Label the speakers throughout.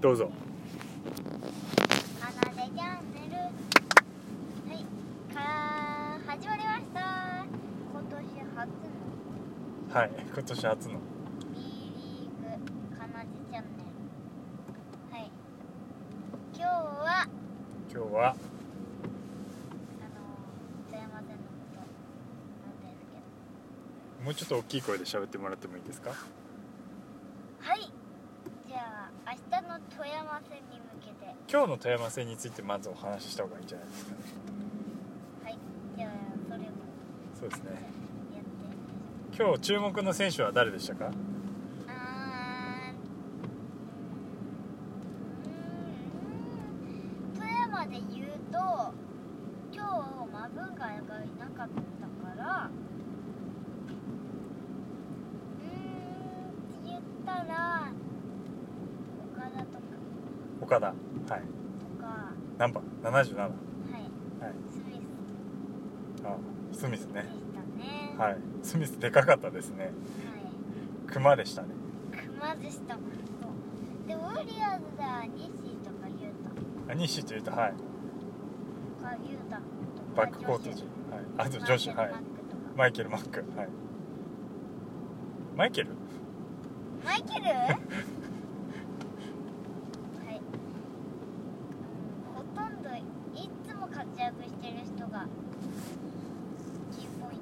Speaker 1: どうぞ
Speaker 2: かなでチャンネルはいから始まりました今年初の
Speaker 1: はい今年初の
Speaker 2: B リーグかなでチャンネルはい今日はあ
Speaker 1: 今日は
Speaker 2: の富山戦のことなんですけど
Speaker 1: もうちょっと大きい声で喋ってもらってもいいですか
Speaker 2: はいじゃあ明日の富山戦に向けて
Speaker 1: 今日の富山戦についてまずお話しした方がいいんじゃないですかね
Speaker 2: はいじゃあそれも
Speaker 1: そうですね
Speaker 2: やって
Speaker 1: 今日注目の選手は誰でしたか
Speaker 2: あーうーん富山で言うと今日マブンガイがいなかったからうーんって言ったら岡田とか
Speaker 1: 岡田はい
Speaker 2: とかは
Speaker 1: 何番 ?77 あ
Speaker 2: い、
Speaker 1: はいス
Speaker 2: スミ
Speaker 1: ミス
Speaker 2: スで
Speaker 1: ね
Speaker 2: したねは
Speaker 1: はいスミスでかかったですね熊でしたね
Speaker 2: い、熊でしたもんそうでウォリアーズだ西とか雄太
Speaker 1: あ西というとはい
Speaker 2: とか雄太とか
Speaker 1: バックコート
Speaker 2: 女子
Speaker 1: 陣はいあと女子はいマイケル・マックはいマイケル
Speaker 2: マ イケルはいほとんどいつも活躍してる人がキーポイン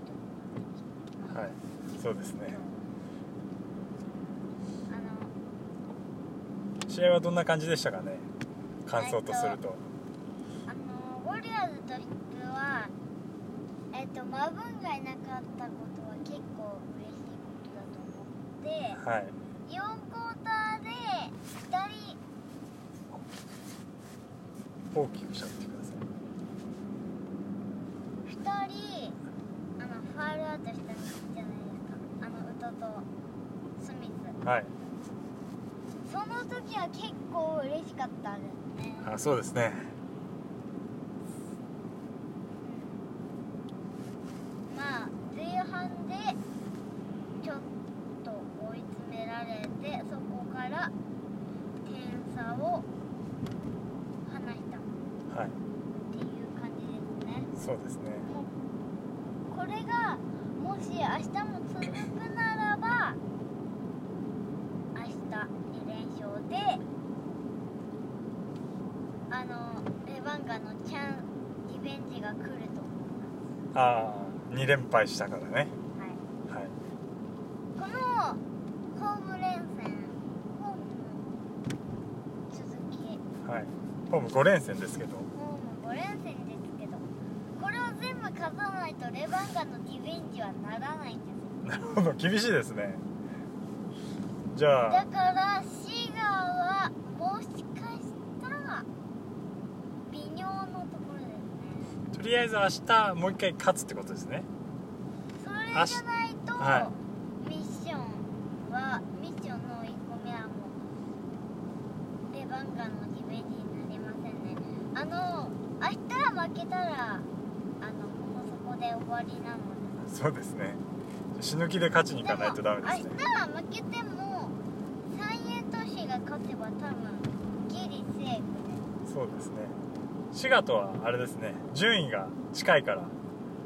Speaker 2: ト
Speaker 1: はいそうですね
Speaker 2: あの
Speaker 1: 試合はどんな感じでしたかね感想とすると
Speaker 2: あのウォリアーズとしては、えっとマブンがいなかったことは結構嬉しいことだと思って
Speaker 1: はい
Speaker 2: 4クォーターで2人
Speaker 1: 大きくしゃってください
Speaker 2: 2人あのファウルアウトしたんじゃないですかあのウトとスミス
Speaker 1: はい、
Speaker 2: その時は結構嬉しかったですね
Speaker 1: あそうですね
Speaker 2: うんまあ前半でちょっと追い詰められてそこから点差を離したっ
Speaker 1: はい
Speaker 2: ていう感じですね
Speaker 1: そうですね
Speaker 2: もうこれがもし明日も続くならば明日2連勝であのレバンガのチャンリベンジが来ると思いま
Speaker 1: ああ2連敗したからね
Speaker 2: す、はい、
Speaker 1: はい
Speaker 2: このホーム連戦ホームの続き
Speaker 1: はいホーム5連戦ですけど
Speaker 2: ホーム5連戦ですけどこれを全部勝たないとレバンガのリベンジはならないんです
Speaker 1: な
Speaker 2: よ
Speaker 1: るほど厳しいですねじゃ
Speaker 2: だ
Speaker 1: あ
Speaker 2: からシガーはもしかしたら微妙のところです
Speaker 1: とりあえず明日もう一回勝つってことですね
Speaker 2: ねそれじゃないと、
Speaker 1: は
Speaker 2: ミッションはミッションの1個目はもうレバンガのリベンジになりませんねあの明日負けたらあのもうそこで終わりなので
Speaker 1: そうですね死ぬ気で勝ちに行かないとダメですね
Speaker 2: も明日は負けても三栄都市が勝てば多分ギリセーフです
Speaker 1: そうですね滋賀とはあれですね順位が近いから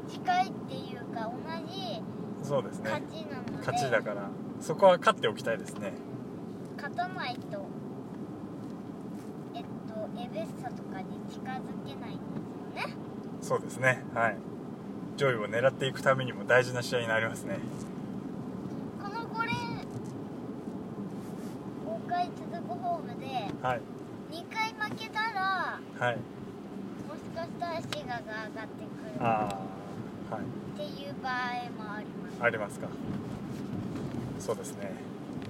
Speaker 2: 近いっていうか同じ
Speaker 1: そうですね
Speaker 2: 勝ちなので、
Speaker 1: 勝ちだからそこは勝っておきたいですね
Speaker 2: 勝たないとえっとエベッサとかに近づけないんですよね
Speaker 1: そうですねはい上位を狙っていくためにも大事な試合になりますね
Speaker 2: この5連5回続くホームで
Speaker 1: はい
Speaker 2: 2回負けたら
Speaker 1: はい
Speaker 2: もしかしたら滋賀が上がってくる
Speaker 1: ああはい
Speaker 2: っていう場合もあります
Speaker 1: ありますかそうですね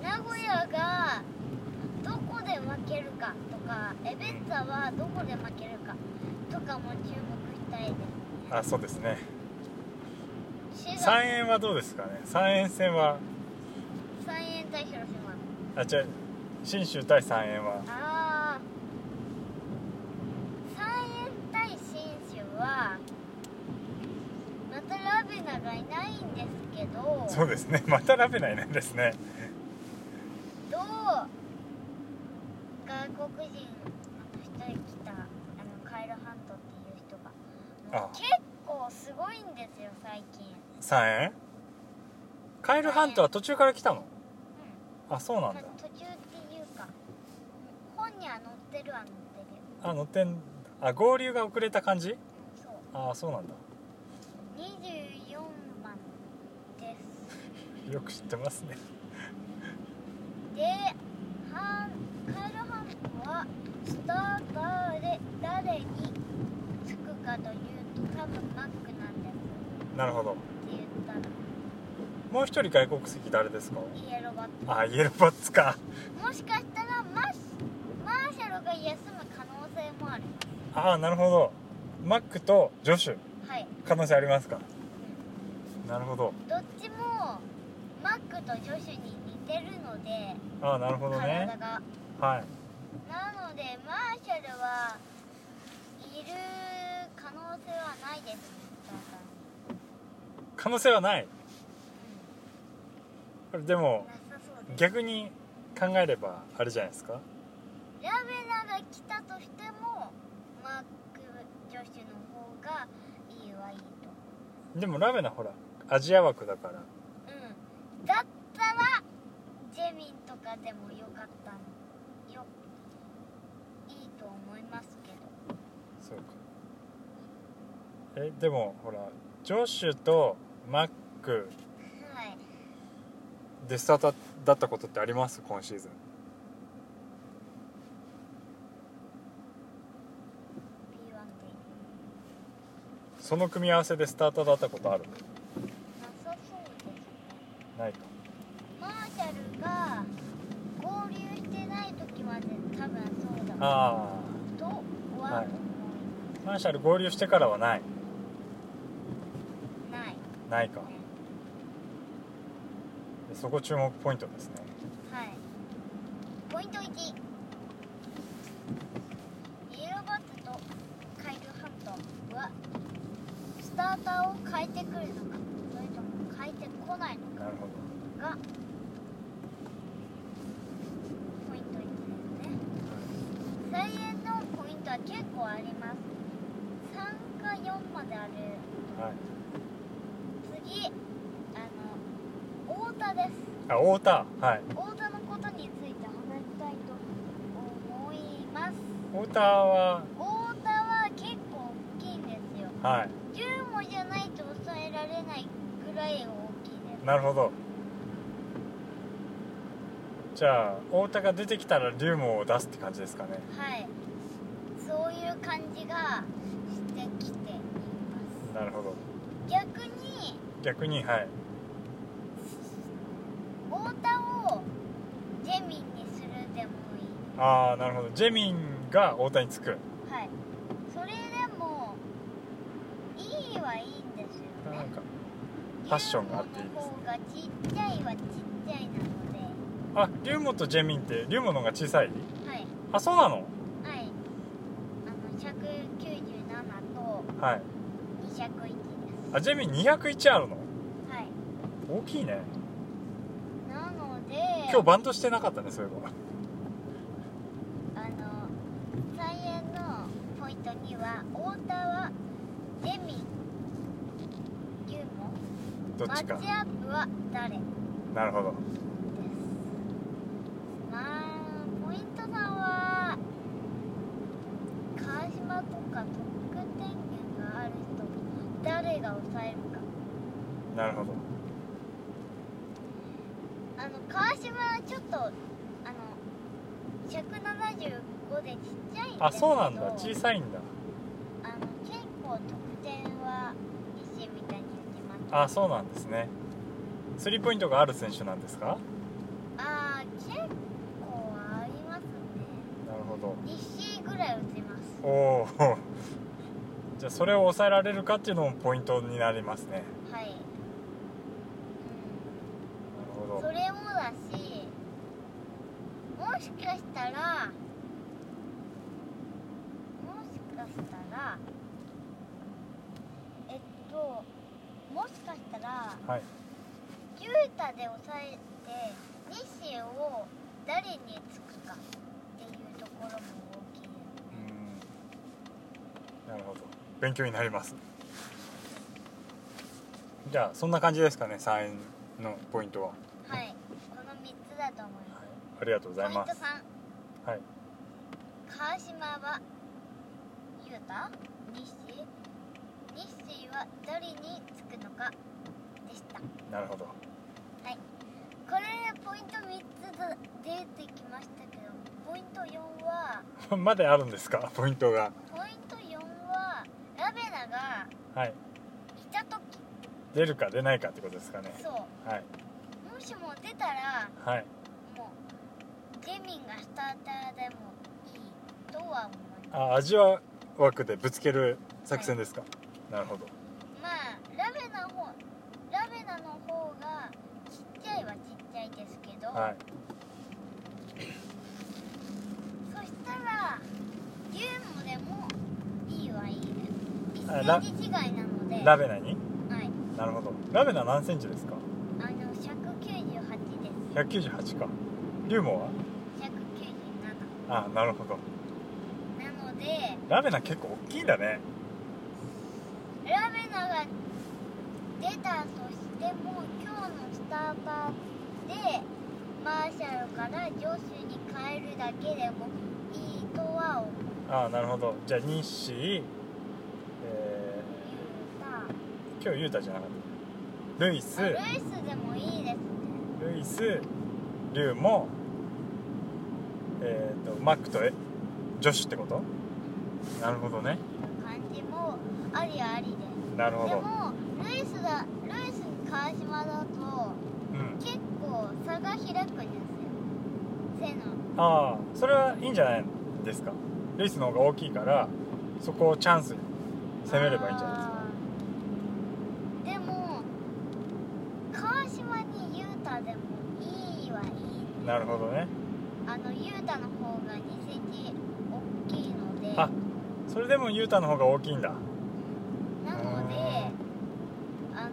Speaker 2: 名古屋がどこで負けるかとかエベッサはどこで負けるかとかも注目したい
Speaker 1: あそうですね
Speaker 2: です滋賀
Speaker 1: 三円はどうですかね三円戦は
Speaker 2: 三円対広島
Speaker 1: あ違う信州対三円は
Speaker 2: ああ三円対信州はまたラベナがいないんですけど
Speaker 1: そうですね またラベナいないですね
Speaker 2: どうが国人あの一人来たあのカイルハントっていう人が
Speaker 1: あ
Speaker 2: もう結構すごいんですよ最近
Speaker 1: 3円カエルハントは途中から来たの
Speaker 2: う
Speaker 1: あそうなん
Speaker 2: ん
Speaker 1: だ
Speaker 2: 途中っていうか本には載ってるは載ってる
Speaker 1: あ乗ってんあ合流が遅れた感じ
Speaker 2: うんそう
Speaker 1: あそうなんだ
Speaker 2: 24番です
Speaker 1: よく知ってますね
Speaker 2: でハンカエルハントはスターターで誰につくかというと多分マックなんです
Speaker 1: なるほど
Speaker 2: って言ったら
Speaker 1: もう一人外国籍誰ですか
Speaker 2: イエローバット
Speaker 1: あイエローバッツか
Speaker 2: もしかしたらマッシマーシャルが休む可能性もある
Speaker 1: ああなるほどマックとジョシュ
Speaker 2: はい
Speaker 1: 可能性ありますかなるほど
Speaker 2: どっちもマックとジョシュに似てるので
Speaker 1: ああなるほど
Speaker 2: 体
Speaker 1: ね
Speaker 2: が
Speaker 1: はい
Speaker 2: なのでマーシャルはいる可能性はないですねだから
Speaker 1: 可能性はない
Speaker 2: うん
Speaker 1: これでも
Speaker 2: なさそうです
Speaker 1: 逆に考えればあれじゃないですか
Speaker 2: ラベラが来たとしてもマック女子の方がいいはいいと
Speaker 1: でもラベナほらアジア枠だから
Speaker 2: うんだったらジェミンとかでもよかったのよいいと思いますけど
Speaker 1: そうかえでもほらジョシュとマック
Speaker 2: はい
Speaker 1: でスタートだったことってあります今シーズン
Speaker 2: ビーワンで
Speaker 1: その組み合わせでスタートだったことある
Speaker 2: なさそうですね
Speaker 1: ないか
Speaker 2: マーシャルが合流してない時まで多分そうだ
Speaker 1: あ
Speaker 2: とは思いま
Speaker 1: はいあマーシャル合流してからはない
Speaker 2: すない
Speaker 1: ないか
Speaker 2: ね
Speaker 1: でそこ注目ポイントですね
Speaker 2: はい。ポイント1。イエローバッツとカイルハントはスターターを変えてくるのか、それとも変えてこないの
Speaker 1: なるほ
Speaker 2: かがポイント1ですね。再演のポイントは結構あります。3か4まである。
Speaker 1: ど、はい、
Speaker 2: 次、あの、太田です。
Speaker 1: あ太田はい
Speaker 2: 太田のことについて話したいと思います
Speaker 1: 太田は
Speaker 2: 太田は結構大きいんですよ
Speaker 1: はい
Speaker 2: 10文じゃないと抑えられないぐらい大きいです
Speaker 1: なるほどじゃあ太田が出てきたら龍門を出すって感じですかね
Speaker 2: はいそういう感じがしてきています
Speaker 1: なるほど
Speaker 2: 逆に
Speaker 1: 逆にはい
Speaker 2: 太田をジェミンにするでもいい
Speaker 1: ああなるほどジェミンが太田につく
Speaker 2: はいそれでもいいはいいんですよ
Speaker 1: な
Speaker 2: ね
Speaker 1: んかファッションがあっていいですね
Speaker 2: 方がちっちゃいはちっちゃいなので
Speaker 1: あ龍門とジェミンって龍門の方が小さい
Speaker 2: はい
Speaker 1: あそうなの
Speaker 2: はいあの197と
Speaker 1: はい
Speaker 2: 201です
Speaker 1: あジェミン201あるの
Speaker 2: はい
Speaker 1: 大きいね
Speaker 2: なので
Speaker 1: 今日バントしてなかったねそういえば
Speaker 2: あの再演のポイントには太田はデミユーモ
Speaker 1: ど
Speaker 2: マ
Speaker 1: っ
Speaker 2: ッ
Speaker 1: ちか
Speaker 2: チアップは誰です
Speaker 1: なるほど
Speaker 2: まあポイントさんは川島とか得点源がある人誰が抑えるか
Speaker 1: なるほど
Speaker 2: あの川島はちょっとあの175でちっちゃいんですけど
Speaker 1: あそうなんだ小さいんだ
Speaker 2: あの結構得点は石みたいに打ちます
Speaker 1: あそうなんですねスリーポイントがある選手なんですか
Speaker 2: ああ結構ありますね
Speaker 1: なるほど
Speaker 2: 石ぐらい打ちます
Speaker 1: おお じゃあそれを抑えられるかっていうのもポイントになりますね
Speaker 2: はい、
Speaker 1: なる
Speaker 2: う
Speaker 1: ほ
Speaker 2: ん、そ
Speaker 1: ど
Speaker 2: れもだしもしかしたらもしかしたらえっともしかしたら
Speaker 1: はい
Speaker 2: 牛タで抑えて西を誰につくかっていうところ
Speaker 1: 勉強になりますじゃあそんな感じですかねサインのポイントは
Speaker 2: はいこの3つだと思います
Speaker 1: ありがとうご
Speaker 2: ポ
Speaker 1: ざい
Speaker 2: イント
Speaker 1: ま
Speaker 2: 3
Speaker 1: すはい
Speaker 2: 川島は雄太西西は誰につくのかでした
Speaker 1: なるほど
Speaker 2: これでポイント3つだ出てきましたけどポイント4は
Speaker 1: まだあるんですかポイントが
Speaker 2: ポイント4はラベナが
Speaker 1: はい
Speaker 2: いた時
Speaker 1: 出るか出ないかってことですかね
Speaker 2: そう
Speaker 1: はい
Speaker 2: もしも出たら
Speaker 1: はい
Speaker 2: もうジェミンがスターターでもいいとは思いま
Speaker 1: あ味は枠でぶつける作戦ですか、なるほど
Speaker 2: すまあラベナ方ラベナの方がちっちゃいはちっちゃいですけど、
Speaker 1: はい
Speaker 2: そしたらユーモでもいいはいいです
Speaker 1: あラ
Speaker 2: 1センチ違いなので
Speaker 1: ラベナに
Speaker 2: はい
Speaker 1: なるほどラベナ何センチですか
Speaker 2: あの198です
Speaker 1: 198かリュウモは
Speaker 2: 197
Speaker 1: あなるほど
Speaker 2: なので
Speaker 1: ラベナ結構大きいんだね
Speaker 2: ラベナが出たとしても今日のスターターでマーシャルからジョシュに変えるだけでもいいとは思う
Speaker 1: あなるほどじゃあ日誌え
Speaker 2: た
Speaker 1: ー、今日ユータじゃなかったルイス
Speaker 2: あルイスでもいいですね
Speaker 1: ルイスリュウモえっ、とマックとえ女子ってことなるほどね
Speaker 2: 感じもありありです
Speaker 1: なる
Speaker 2: で
Speaker 1: ほど
Speaker 2: もルイスだルイスに川島だと
Speaker 1: うん
Speaker 2: 結構差が開くんですよ背の
Speaker 1: ああそれはいいんじゃないですかルイスの方が大きいからそこをチャンスに攻めればいいんじゃないですか
Speaker 2: ないですかでも川島に雄太でもいいはいい
Speaker 1: なるほどね
Speaker 2: あの雄太の方が2センチ大きいので
Speaker 1: あそれでもユータの方が大きいんだ
Speaker 2: なのであの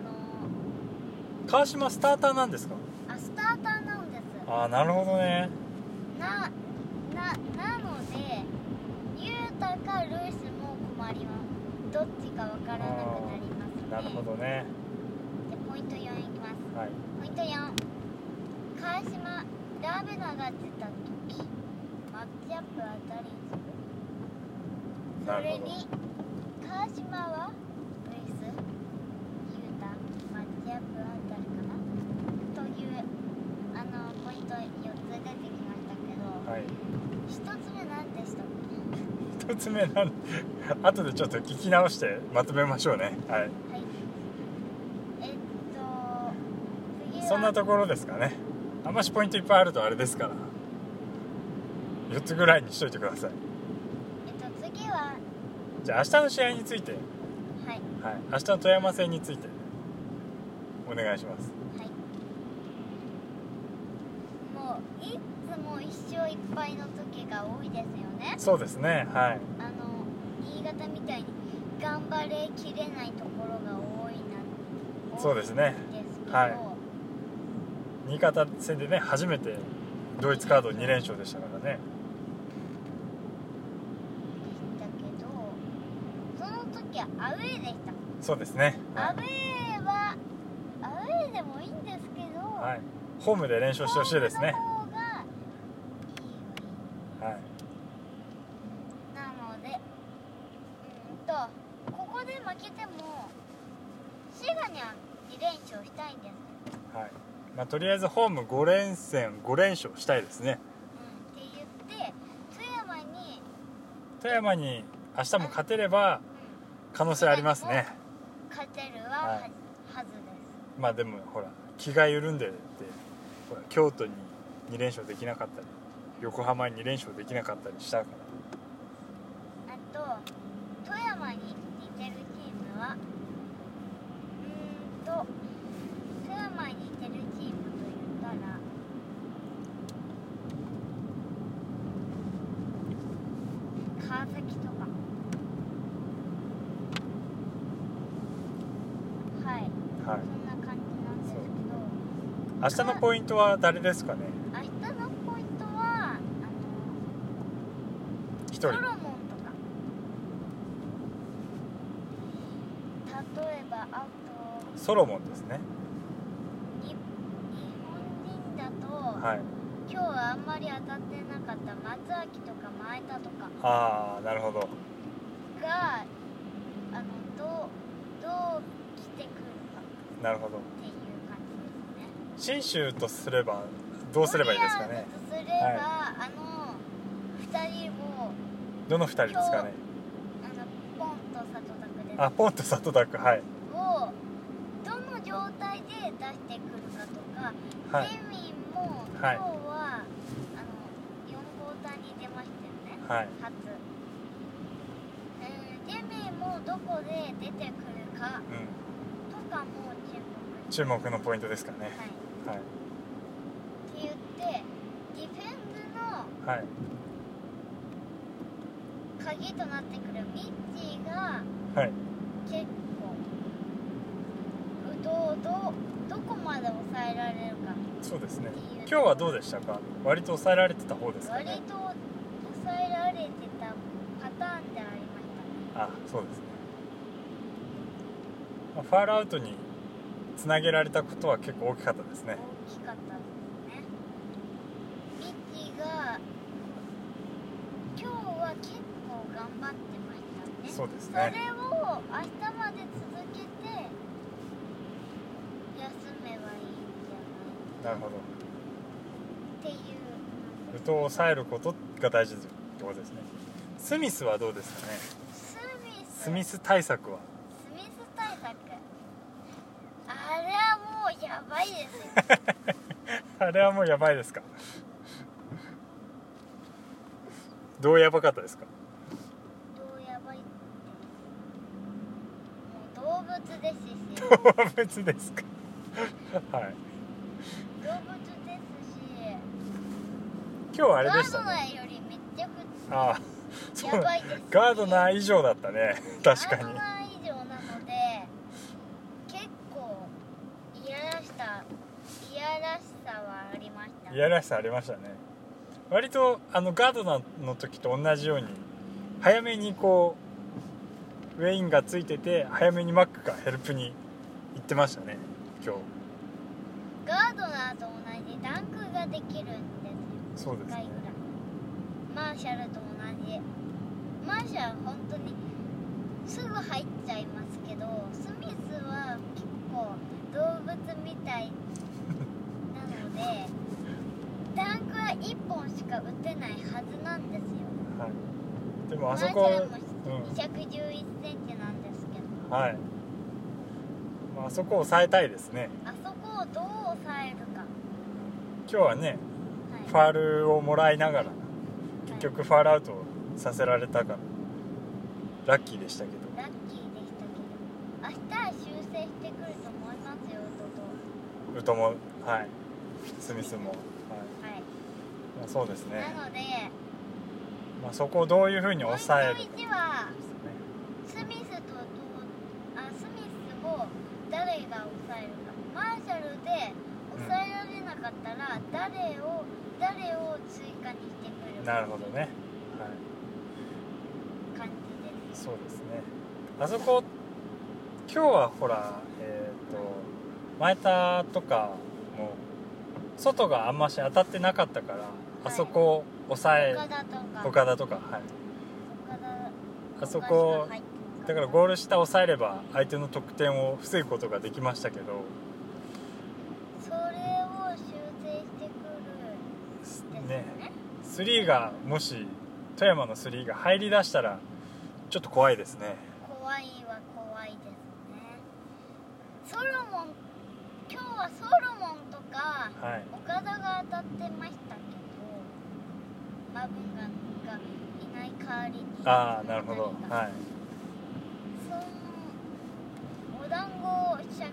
Speaker 1: 川島スターターなんですか
Speaker 2: あスターターなんです
Speaker 1: ああなるほどね
Speaker 2: なななので雄太かルイスも困りますどっちかわからなくなりますね
Speaker 1: なるほどね
Speaker 2: でポイント4いきます
Speaker 1: はい
Speaker 2: ポイント4川島ラベナが出た時マッチアップは誰にする
Speaker 1: な
Speaker 2: そ
Speaker 1: る
Speaker 2: れ
Speaker 1: ほど
Speaker 2: に川島はルイスユータマッチアップは誰かなというあのポイント4つ出てきましたけど
Speaker 1: はい
Speaker 2: 1つ目何でしたっけ
Speaker 1: 一つ目なん後でちょっと聞き直してまとめましょうねはい
Speaker 2: はいえっと次は
Speaker 1: そんなところですかねあんましポイントいっぱいあるとあれですから4つぐらいにしといてください
Speaker 2: えっと次は
Speaker 1: じゃあ明日の試合について
Speaker 2: はい
Speaker 1: はい明日の富山戦についてお願いします
Speaker 2: はい。もういつも一生いっぱいの時が多いですよね。
Speaker 1: そうですねはい
Speaker 2: あの新潟みたいに頑張れきれないところが多いな。
Speaker 1: そうですね
Speaker 2: 多いんですけど。
Speaker 1: はい新潟戦でね初めてドイツカード2連勝でしたからね
Speaker 2: だけど、その時はアウェーでした。
Speaker 1: そうですね
Speaker 2: ア
Speaker 1: は
Speaker 2: ウェーはアウェーでもいいんですけど、
Speaker 1: い、はい、ホームで連勝してほしいですね
Speaker 2: ホームの方がいいはいい。
Speaker 1: はい
Speaker 2: なのでうんとここで負けても滋賀には2連勝したいんです、
Speaker 1: はいまあ、とりあえずホーム5連戦5連勝したいですね
Speaker 2: うん、って言って富山に、
Speaker 1: 富山に明日も勝てれば
Speaker 2: う
Speaker 1: 可能性ありますね
Speaker 2: ん、勝てるはは,、
Speaker 1: はい
Speaker 2: はずで
Speaker 1: まあでもほら気が緩んでてほら京都に2連勝できなかったり横浜に2連勝できなかったりしたか
Speaker 2: すあと富山に似てるチームはうーんと富山に似てるチームと言ったら川崎とかはい
Speaker 1: ら、はい
Speaker 2: そ、んな感じなんですけど
Speaker 1: 明日のポイントは誰ですかね
Speaker 2: 明日のポイントはあの
Speaker 1: 1
Speaker 2: ソ
Speaker 1: 人
Speaker 2: ロモンとかあ
Speaker 1: ソロモンですね
Speaker 2: とに日本人だと、
Speaker 1: はい
Speaker 2: 今日はあんまり当たってなかった松脇とか前田とか
Speaker 1: ああなるほど
Speaker 2: があのどうどう来てくるか
Speaker 1: なるほど
Speaker 2: っていう感じです
Speaker 1: 信
Speaker 2: ね。
Speaker 1: 州とすればどうすればいいですかね
Speaker 2: ドリアンズとすれば、あの二人も
Speaker 1: どの2人ですかね
Speaker 2: あのポンと里拓です
Speaker 1: あポンと里拓はい
Speaker 2: をどの状態で出してくるかとか、
Speaker 1: はい
Speaker 2: レミも今
Speaker 1: は
Speaker 2: 日は、
Speaker 1: い
Speaker 2: あの四交代に出ました
Speaker 1: は
Speaker 2: よね。
Speaker 1: い
Speaker 2: 初。うんレミもどこで出てくるか
Speaker 1: う
Speaker 2: とかも注目
Speaker 1: ん
Speaker 2: し
Speaker 1: 注目のポイントですかね
Speaker 2: はい。
Speaker 1: はい
Speaker 2: って言ってディフェンスの
Speaker 1: はい
Speaker 2: 鍵となってくるミッチーが
Speaker 1: はい
Speaker 2: 結構うどうどうどこまで抑えられるか
Speaker 1: そうですね
Speaker 2: ってい
Speaker 1: 今
Speaker 2: う
Speaker 1: 日はどうでしたか割と抑えられてた方ですか
Speaker 2: 割
Speaker 1: ね
Speaker 2: と抑えられてたパターンでありまし
Speaker 1: あそうですね、まあファールアウトにつなげられたことは結構大きかったです
Speaker 2: た
Speaker 1: ね
Speaker 2: ね大きかったですねミッチーが今日は結構頑張ってました
Speaker 1: そう
Speaker 2: ね
Speaker 1: です
Speaker 2: それを
Speaker 1: ね
Speaker 2: 明日まで続けて休めばいいんじゃな
Speaker 1: な
Speaker 2: い
Speaker 1: るほど
Speaker 2: っていう
Speaker 1: ルトを抑えることが大事ってことですねスミスはどうですかね
Speaker 2: スミス
Speaker 1: スミス対策は
Speaker 2: スミス対策あれはもうやばいです よ
Speaker 1: あれはもうやばいですかどうやばかったですか
Speaker 2: どうやばいってもう動物です し動
Speaker 1: 動
Speaker 2: 物
Speaker 1: 物ですかはい
Speaker 2: ですし
Speaker 1: 今日はあ
Speaker 2: ガ
Speaker 1: れでし
Speaker 2: ー
Speaker 1: た
Speaker 2: ド
Speaker 1: ね
Speaker 2: ナーよりめっちゃふ
Speaker 1: ああそう
Speaker 2: やばいですし
Speaker 1: ガードナー以上だったね確か
Speaker 2: ガー
Speaker 1: に
Speaker 2: ドナー以上なので結構嫌らしさ嫌らしさはありました
Speaker 1: いやらしさありましたね割とあのガードナーの時と同じように早めにこうウェインがついてて早めにマックがヘルプに行ってましたね今日
Speaker 2: ガードナーと同じダンクができるんです
Speaker 1: そう
Speaker 2: よ
Speaker 1: ですね
Speaker 2: 1回ぐらいマーシャルと同じマーシャルは本当にすぐ入っちゃいますけどスミスは結構動物みたいなので ダンクは1本しか打てないはずなんですよ
Speaker 1: はいでも
Speaker 2: マ
Speaker 1: あ
Speaker 2: ー
Speaker 1: そ
Speaker 2: シ
Speaker 1: こ
Speaker 2: ャルも
Speaker 1: うん
Speaker 2: 2 1 1ンチなんですけど
Speaker 1: はいまああそこを抑えたいですね
Speaker 2: あそこをどう抑えるか、
Speaker 1: 今日はねフ
Speaker 2: はい
Speaker 1: ァールをもらいながら結局ファールアウトさせられたからラッキーでしたけど
Speaker 2: ラッキーでしたけど明日は修正してくると思いますよとと
Speaker 1: ウトもはいスミスも、はい
Speaker 2: はい、
Speaker 1: まあ、そうですね
Speaker 2: なので
Speaker 1: まあ、そこをどういうふうに抑える
Speaker 2: ポ
Speaker 1: か
Speaker 2: イ
Speaker 1: で
Speaker 2: ント1は
Speaker 1: すね
Speaker 2: スミスととあスミスを誰が抑えるかマーシャルで抑えられなかったら誰を誰を追加にしてくる
Speaker 1: な
Speaker 2: か
Speaker 1: るほどね、はい、
Speaker 2: 感じです
Speaker 1: そうですねあそこ今日はほらえっ、と前田とかも外があんまし当たってなかったから、あそこを抑え
Speaker 2: 岡田とか
Speaker 1: 岡田とかはい
Speaker 2: 岡田
Speaker 1: あそ
Speaker 2: 岡
Speaker 1: こ
Speaker 2: 田が入ってる
Speaker 1: だからゴール下抑えれば相手の得点を防ぐことができましたけど
Speaker 2: それを修正してくるんです
Speaker 1: ね
Speaker 2: よね
Speaker 1: スリーがもし富山のスリーが入りだしたらちょっと怖いですね
Speaker 2: 怖いは怖いですねソロモン今日はソロモンとか
Speaker 1: はい
Speaker 2: 岡田が当たってましたけどマブンガンがいない代わりに
Speaker 1: ああなるほど
Speaker 2: 何が
Speaker 1: はい
Speaker 2: そのお団子100 1000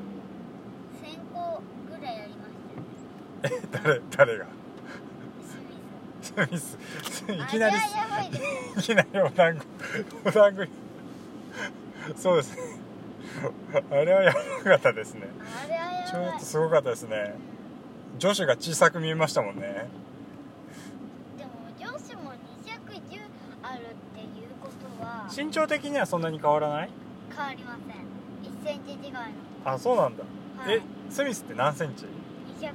Speaker 2: 個ぐらいありましたよね
Speaker 1: 誰誰が
Speaker 2: ス
Speaker 1: ス
Speaker 2: ミ
Speaker 1: ミスス
Speaker 2: ス
Speaker 1: いきなり
Speaker 2: あれはやばいですね
Speaker 1: いきなりお団子お団子そうですねあれはやばかったですね
Speaker 2: あれはや
Speaker 1: ち
Speaker 2: ばい
Speaker 1: ょっとすごかったですね女子が小さく見えましたもんね
Speaker 2: でも上司も210あるっていうことは
Speaker 1: 身長的にはそんなに変わらない
Speaker 2: 変わりません1センチ違いの
Speaker 1: あそうなんだ、
Speaker 2: はい
Speaker 1: えスミスって何センチ
Speaker 2: 211です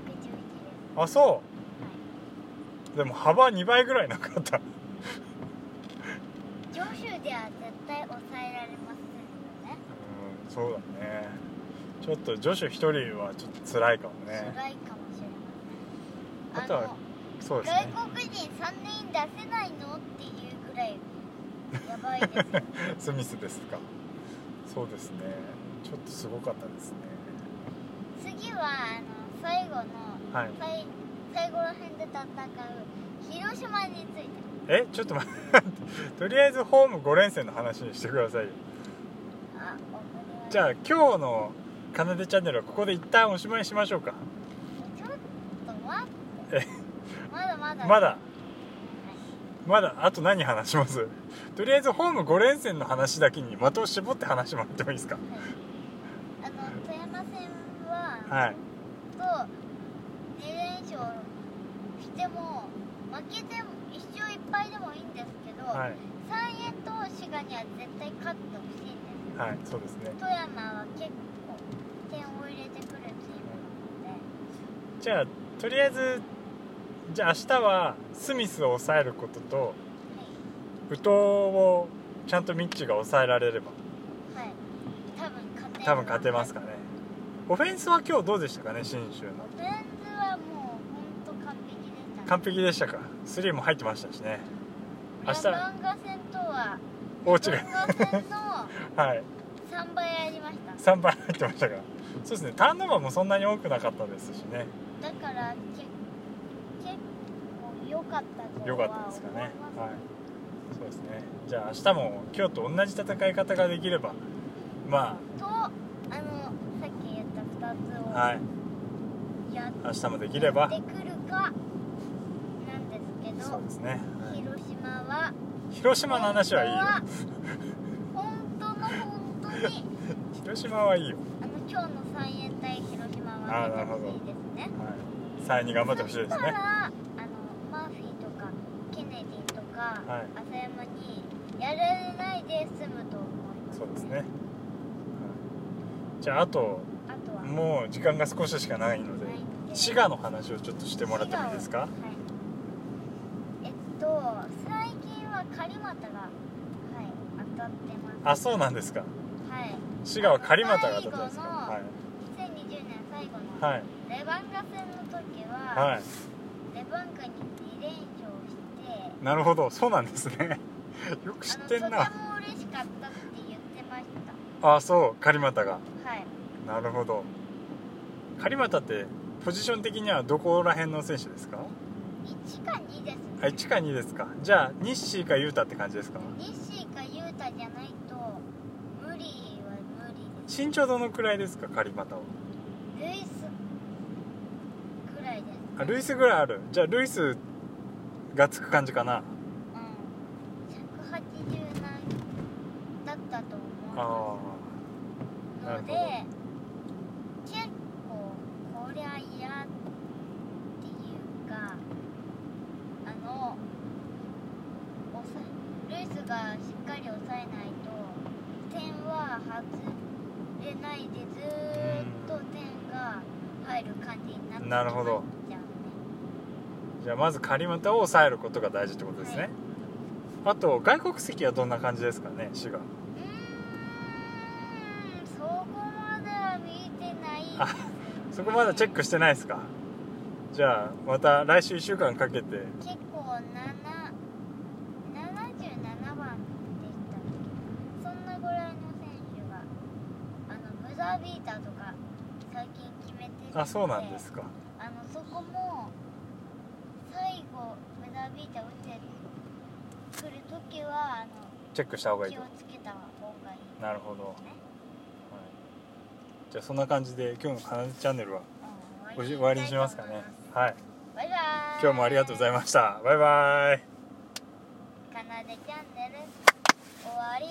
Speaker 1: あそ
Speaker 2: は
Speaker 1: うでも幅2倍ぐらいなかった
Speaker 2: い上州では絶対抑えられませんよね
Speaker 1: うんそうだねちょっと女子1人はちょっと辛いかもね
Speaker 2: 辛いかもしれません
Speaker 1: あとは
Speaker 2: の
Speaker 1: そうです
Speaker 2: 外
Speaker 1: ね
Speaker 2: 国人3人出せないのっていうぐらいや ばいですよ
Speaker 1: スミスですかそうですねちょっとすごかったですね
Speaker 2: 次はあの最後の
Speaker 1: はい
Speaker 2: 最最後ら辺で戦う広島について
Speaker 1: えちょっと待って とりあえずホーム5連戦の話にしてくださいよ
Speaker 2: あわかりました
Speaker 1: じゃあ今日の「かなでチャンネル」はここで一旦おしまいしましょうか
Speaker 2: ちょっと待っ
Speaker 1: え
Speaker 2: てまだまだ
Speaker 1: まだまだあと何話しますとりあえずホーム5連戦の話だけに的を絞って話してもらってもいいですか
Speaker 2: あの富山戦は、
Speaker 1: はい
Speaker 2: と2連勝しても負けても1勝1敗でもいいんですけど、
Speaker 1: はい
Speaker 2: 三重と滋賀には絶対勝ってほしいんですよ
Speaker 1: はいそうですね
Speaker 2: 富山は結構点を入れてくるチームなので
Speaker 1: じゃあとりあえずじゃあ明日はスミスを抑えることと宇藤をちゃんとミッチが抑えられれば
Speaker 2: はい、はい、多分勝て
Speaker 1: 多分勝てますすかねオフェンスは今日どうでしたかね信州の
Speaker 2: オフェンスはもう本当完璧でしたね
Speaker 1: 完璧でしたかスリーも入ってましたしね明日
Speaker 2: レバンガ戦とは
Speaker 1: 大違い
Speaker 2: レバンガ戦の
Speaker 1: はい
Speaker 2: 3倍ありました
Speaker 1: 3番入ってましたからそうですねターンオーバーもそんなに多くなかったですしね
Speaker 2: だからけ結構良かったと
Speaker 1: 良
Speaker 2: は
Speaker 1: かったですかね
Speaker 2: 思います
Speaker 1: はいそうですねじゃあ明日も今日と同じ戦い方ができればま
Speaker 2: とあのさっき言った
Speaker 1: あはい
Speaker 2: 2つをやっ
Speaker 1: 明日もできれば
Speaker 2: てくるかなんですけ
Speaker 1: そ
Speaker 2: ど
Speaker 1: うですね、はい
Speaker 2: 広島は
Speaker 1: 広島の話はいいよ
Speaker 2: 本当は本当の本当に
Speaker 1: 広島はいいよ、
Speaker 2: あの今日の三円対広島は勝ってほしいですね
Speaker 1: はい、3位に頑張ってほしいです
Speaker 2: そした
Speaker 1: ね
Speaker 2: らあのマーフィーとかケネディとか、
Speaker 1: はい
Speaker 2: 浅山にやられないで済むと思います
Speaker 1: そうですね、はいじゃああと
Speaker 2: あとは
Speaker 1: もう時間が少ししかないので
Speaker 2: ないんで
Speaker 1: 滋賀の話をちょっとしてもらってもいいですか
Speaker 2: 滋賀ははいえっと最近は狩俣がはい当たってま
Speaker 1: あそうなんですか
Speaker 2: すはい
Speaker 1: 滋賀は狩俣が当たったんですか
Speaker 2: 最
Speaker 1: は
Speaker 2: 2020年最後
Speaker 1: い、
Speaker 2: の
Speaker 1: はい
Speaker 2: レバンガ戦の時は、
Speaker 1: は
Speaker 2: レバンガに2連勝して
Speaker 1: い、なるほどそうなんですね よく知
Speaker 2: あ
Speaker 1: っ
Speaker 2: のと
Speaker 1: て
Speaker 2: て
Speaker 1: ん
Speaker 2: も
Speaker 1: な
Speaker 2: 嬉しかったって言ってました
Speaker 1: あそう狩俣が
Speaker 2: はい
Speaker 1: なるほど狩俣ってポジション的にはどこら辺の選手ですか
Speaker 2: 1か2です
Speaker 1: あ1か2ですかじゃあニッシーかユータって感じですか
Speaker 2: ニッシーかユータじゃないと無理は無理です
Speaker 1: 身長どのくらいですか狩俣は
Speaker 2: ルイスくらいです
Speaker 1: あルイスぐらいあるじゃあルイスがつく感じかな
Speaker 2: うん180ないだったと
Speaker 1: あ
Speaker 2: 思う
Speaker 1: あ
Speaker 2: ので
Speaker 1: なる
Speaker 2: 結構こりゃ嫌っていうかあの抑えルイスがしっかり抑えないと点は外れないでずーっと点が入る感じになってきま
Speaker 1: なるほど
Speaker 2: すじゃんね
Speaker 1: あじゃあまず狩俣を抑えることが大事ってことですね、
Speaker 2: はい
Speaker 1: あと外国籍はどんな感じですかね滋賀
Speaker 2: うーんそこまでは見てないです
Speaker 1: あそこまだチェックしてないですかじゃあまた来週1週間かけて
Speaker 2: 結構7 77番でしたっけそんなぐらいの選手があのブザービーターとか最近決めてて
Speaker 1: あそうなんですか
Speaker 2: あのそこも最後ブザービーター打ってくるときはあの
Speaker 1: チェックした方がいい
Speaker 2: 気
Speaker 1: と
Speaker 2: をつけた方がいい
Speaker 1: なるほど、はい
Speaker 2: ですね、
Speaker 1: じゃあそんな感じで今日の「かなでチャンネルは
Speaker 2: うん
Speaker 1: おし」終わりにしますかねはい
Speaker 2: バイバイ
Speaker 1: 今日もありがとうございましたバイバイ
Speaker 2: かなでチャンネル終わり